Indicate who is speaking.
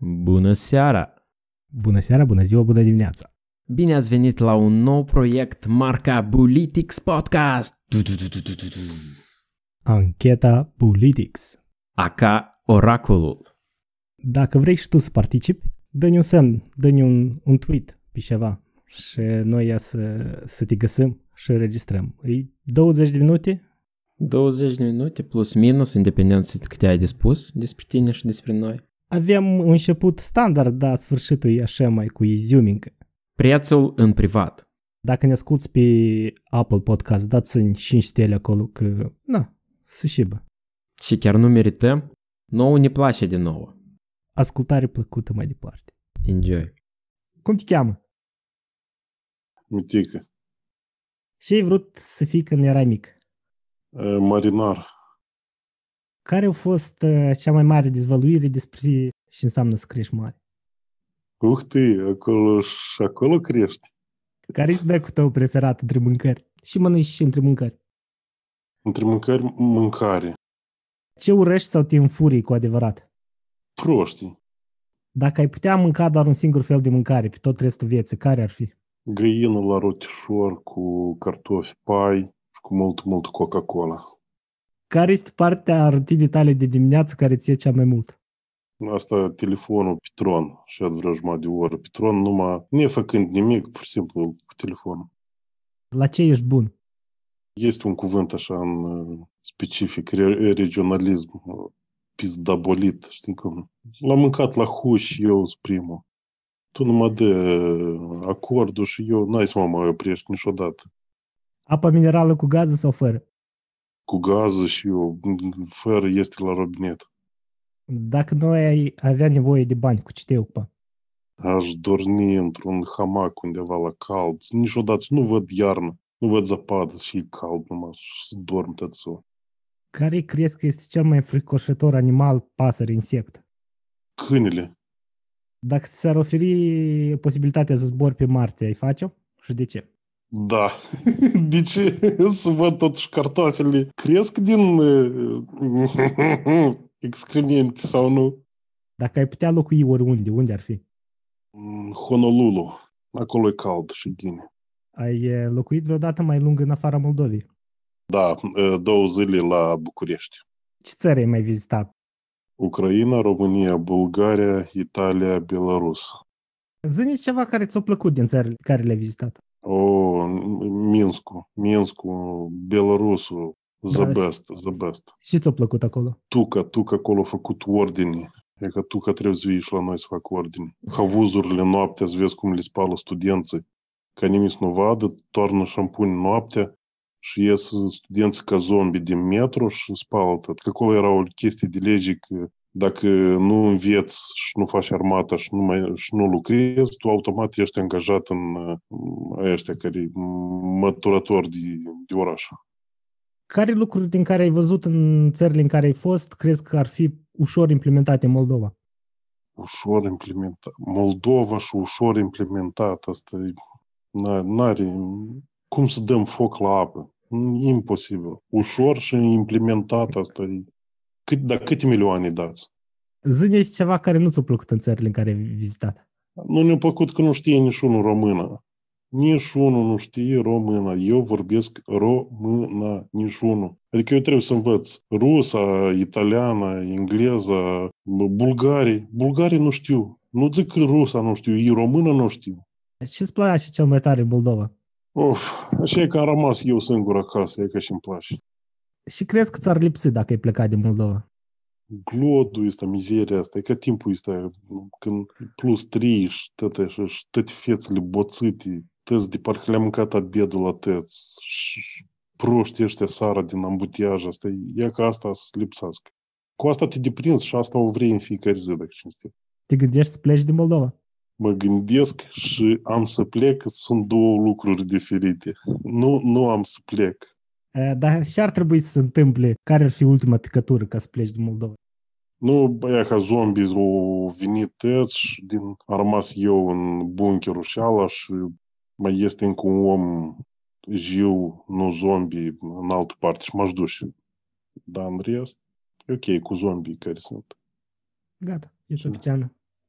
Speaker 1: Bună seara!
Speaker 2: Bună seara, bună ziua, bună dimineața!
Speaker 1: Bine ați venit la un nou proiect marca Bulitics Podcast!
Speaker 2: Ancheta Politics.
Speaker 1: Aca Oracolul.
Speaker 2: Dacă vrei și tu să participi, dă-ne un semn, dă-ne un, un tweet pe ceva și noi ia să, să te găsim și înregistrăm. E 20 de minute?
Speaker 1: 20 de minute plus minus, independent de câte ai de spus despre tine și despre noi.
Speaker 2: Avem un început standard, dar sfârșitul e așa mai cu izumincă.
Speaker 1: Prețul în privat.
Speaker 2: Dacă ne asculti pe Apple Podcast, dați-mi 5 stele acolo că, na, să șibă.
Speaker 1: Și chiar nu merităm? Nouă ne place de nouă.
Speaker 2: Ascultare plăcută mai departe.
Speaker 1: Enjoy.
Speaker 2: Cum te cheamă?
Speaker 3: Mitică.
Speaker 2: Ce ai vrut să fii când erai mic?
Speaker 3: E, Marinar.
Speaker 2: Care a fost uh, cea mai mare dezvăluire despre ce înseamnă să crești mare?
Speaker 3: Uhti, acolo și acolo crești.
Speaker 2: Care este snacul tău preferat între mâncări? Și mănânci și între mâncări.
Speaker 3: Între mâncări, mâncare.
Speaker 2: Ce urăști sau te înfurii cu adevărat?
Speaker 3: Proștii.
Speaker 2: Dacă ai putea mânca doar un singur fel de mâncare pe tot restul vieții, care ar fi?
Speaker 3: Găină la rotișor cu cartofi pai și cu mult, mult Coca-Cola.
Speaker 2: Care este partea a rutinii tale de dimineață care ți-e cea mai mult?
Speaker 3: Asta telefonul pe tron și ad vreo jumătate de oră pe tron, numai nefăcând nimic, pur și simplu cu telefonul.
Speaker 2: La ce ești bun?
Speaker 3: Este un cuvânt așa în uh, specific, re- regionalism, uh, pizdabolit, știi cum? L-am mâncat la huș, eu sunt primul. Tu numai de uh, acordul și eu n-ai să mă mai oprești niciodată.
Speaker 2: Apa minerală cu gaze sau fără?
Speaker 3: Cu gază și eu, m- fără este la robinet.
Speaker 2: Dacă noi ai avea nevoie de bani, cu ce te ocupa?
Speaker 3: Aș dormi într-un hamac undeva la cald. Niciodată nu văd iarnă, nu văd zăpadă și e cald numai și să dorm tățu.
Speaker 2: Care crezi că este cel mai fricoșător animal, pasăre, insect?
Speaker 3: Câinele.
Speaker 2: Dacă ți s-ar oferi posibilitatea să zbori pe Marte, ai face-o? Și de ce?
Speaker 3: Da. De ce? Să văd totuși cartofele cresc din uh, excremente sau nu?
Speaker 2: Dacă ai putea locui oriunde, unde ar fi?
Speaker 3: Mm, Honolulu. Acolo e cald și ghine.
Speaker 2: Ai e, locuit vreodată mai lung în afara Moldovei?
Speaker 3: Da, uh, două zile la București.
Speaker 2: Ce țări ai mai vizitat?
Speaker 3: Ucraina, România, Bulgaria, Italia, Belarus.
Speaker 2: Zine ceva care ți-a plăcut din țările care le-ai vizitat.
Speaker 3: О, Мінську, Мінську, Білорусу, the
Speaker 2: Da,
Speaker 3: best, the best.
Speaker 2: Și ți-a plăcut acolo?
Speaker 3: Tuca, tuca acolo a făcut ordini. E că tuca trebuie să vii și la noi să facă ordini. Havuzurile noaptea, să vezi cum le spală studenții. Ca nimeni să nu vadă, toarnă șampuni noaptea și ies studenții ca zombi din metro și spală tot. Că acolo era o chestie de lege că dacă nu înveți și nu faci armata și nu, mai, și nu lucrezi, tu automat ești angajat în uh, ăștia care e măturator de, de oraș.
Speaker 2: Care lucruri din care ai văzut în țările în care ai fost crezi că ar fi ușor implementate în Moldova?
Speaker 3: ușor implementat. Moldova și ușor implementat. Asta e... n- N-are... Cum să dăm foc la apă? E imposibil. Ușor și implementat asta e... Cât, dar câte milioane dați?
Speaker 2: Zine ceva care nu ți-a plăcut în țările în care ai vizitat.
Speaker 3: Nu ne-a plăcut că nu știe niciunul română. Niciunul nu știe română. Eu vorbesc română, niciunul. Adică eu trebuie să învăț rusa, italiana, engleză, bulgarii. Bulgarii nu știu. Nu zic că rusa nu știu, ei română nu știu.
Speaker 2: Ce îți place cel mai tare în Moldova?
Speaker 3: Uf, așa e că am rămas eu singur acasă, e că și-mi place.
Speaker 2: Și crezi că ți-ar lipsi dacă ai plecat din Moldova?
Speaker 3: Glodul ăsta, mizeria asta, e că timpul ăsta, când plus 3 și tăte, și, și toate fețele boțite, tăți de parcă le-am mâncat abedul la tăți, și proști ăștia sara din ambutiaj, asta, e- e ca asta să lipsească. Cu asta te deprinzi și asta o vrei în fiecare zi, dacă cinstit.
Speaker 2: Te gândești să pleci din Moldova?
Speaker 3: Mă gândesc și am să plec, sunt două lucruri diferite. Nu, nu am să plec.
Speaker 2: E, Eh, Dar și ar trebui să se întâmple care ar fi ultima picătură ca să pleci din Moldova?
Speaker 3: Nu, băia ca zombii au venit tăți și din, am rămas eu în bunkerul și ala și mai este încă un om jiu, nu zombie, în altă parte și m-aș duce. Dar în rest, e ok cu zombii care sunt.
Speaker 2: Gata, ești
Speaker 3: Și-
Speaker 2: oficială.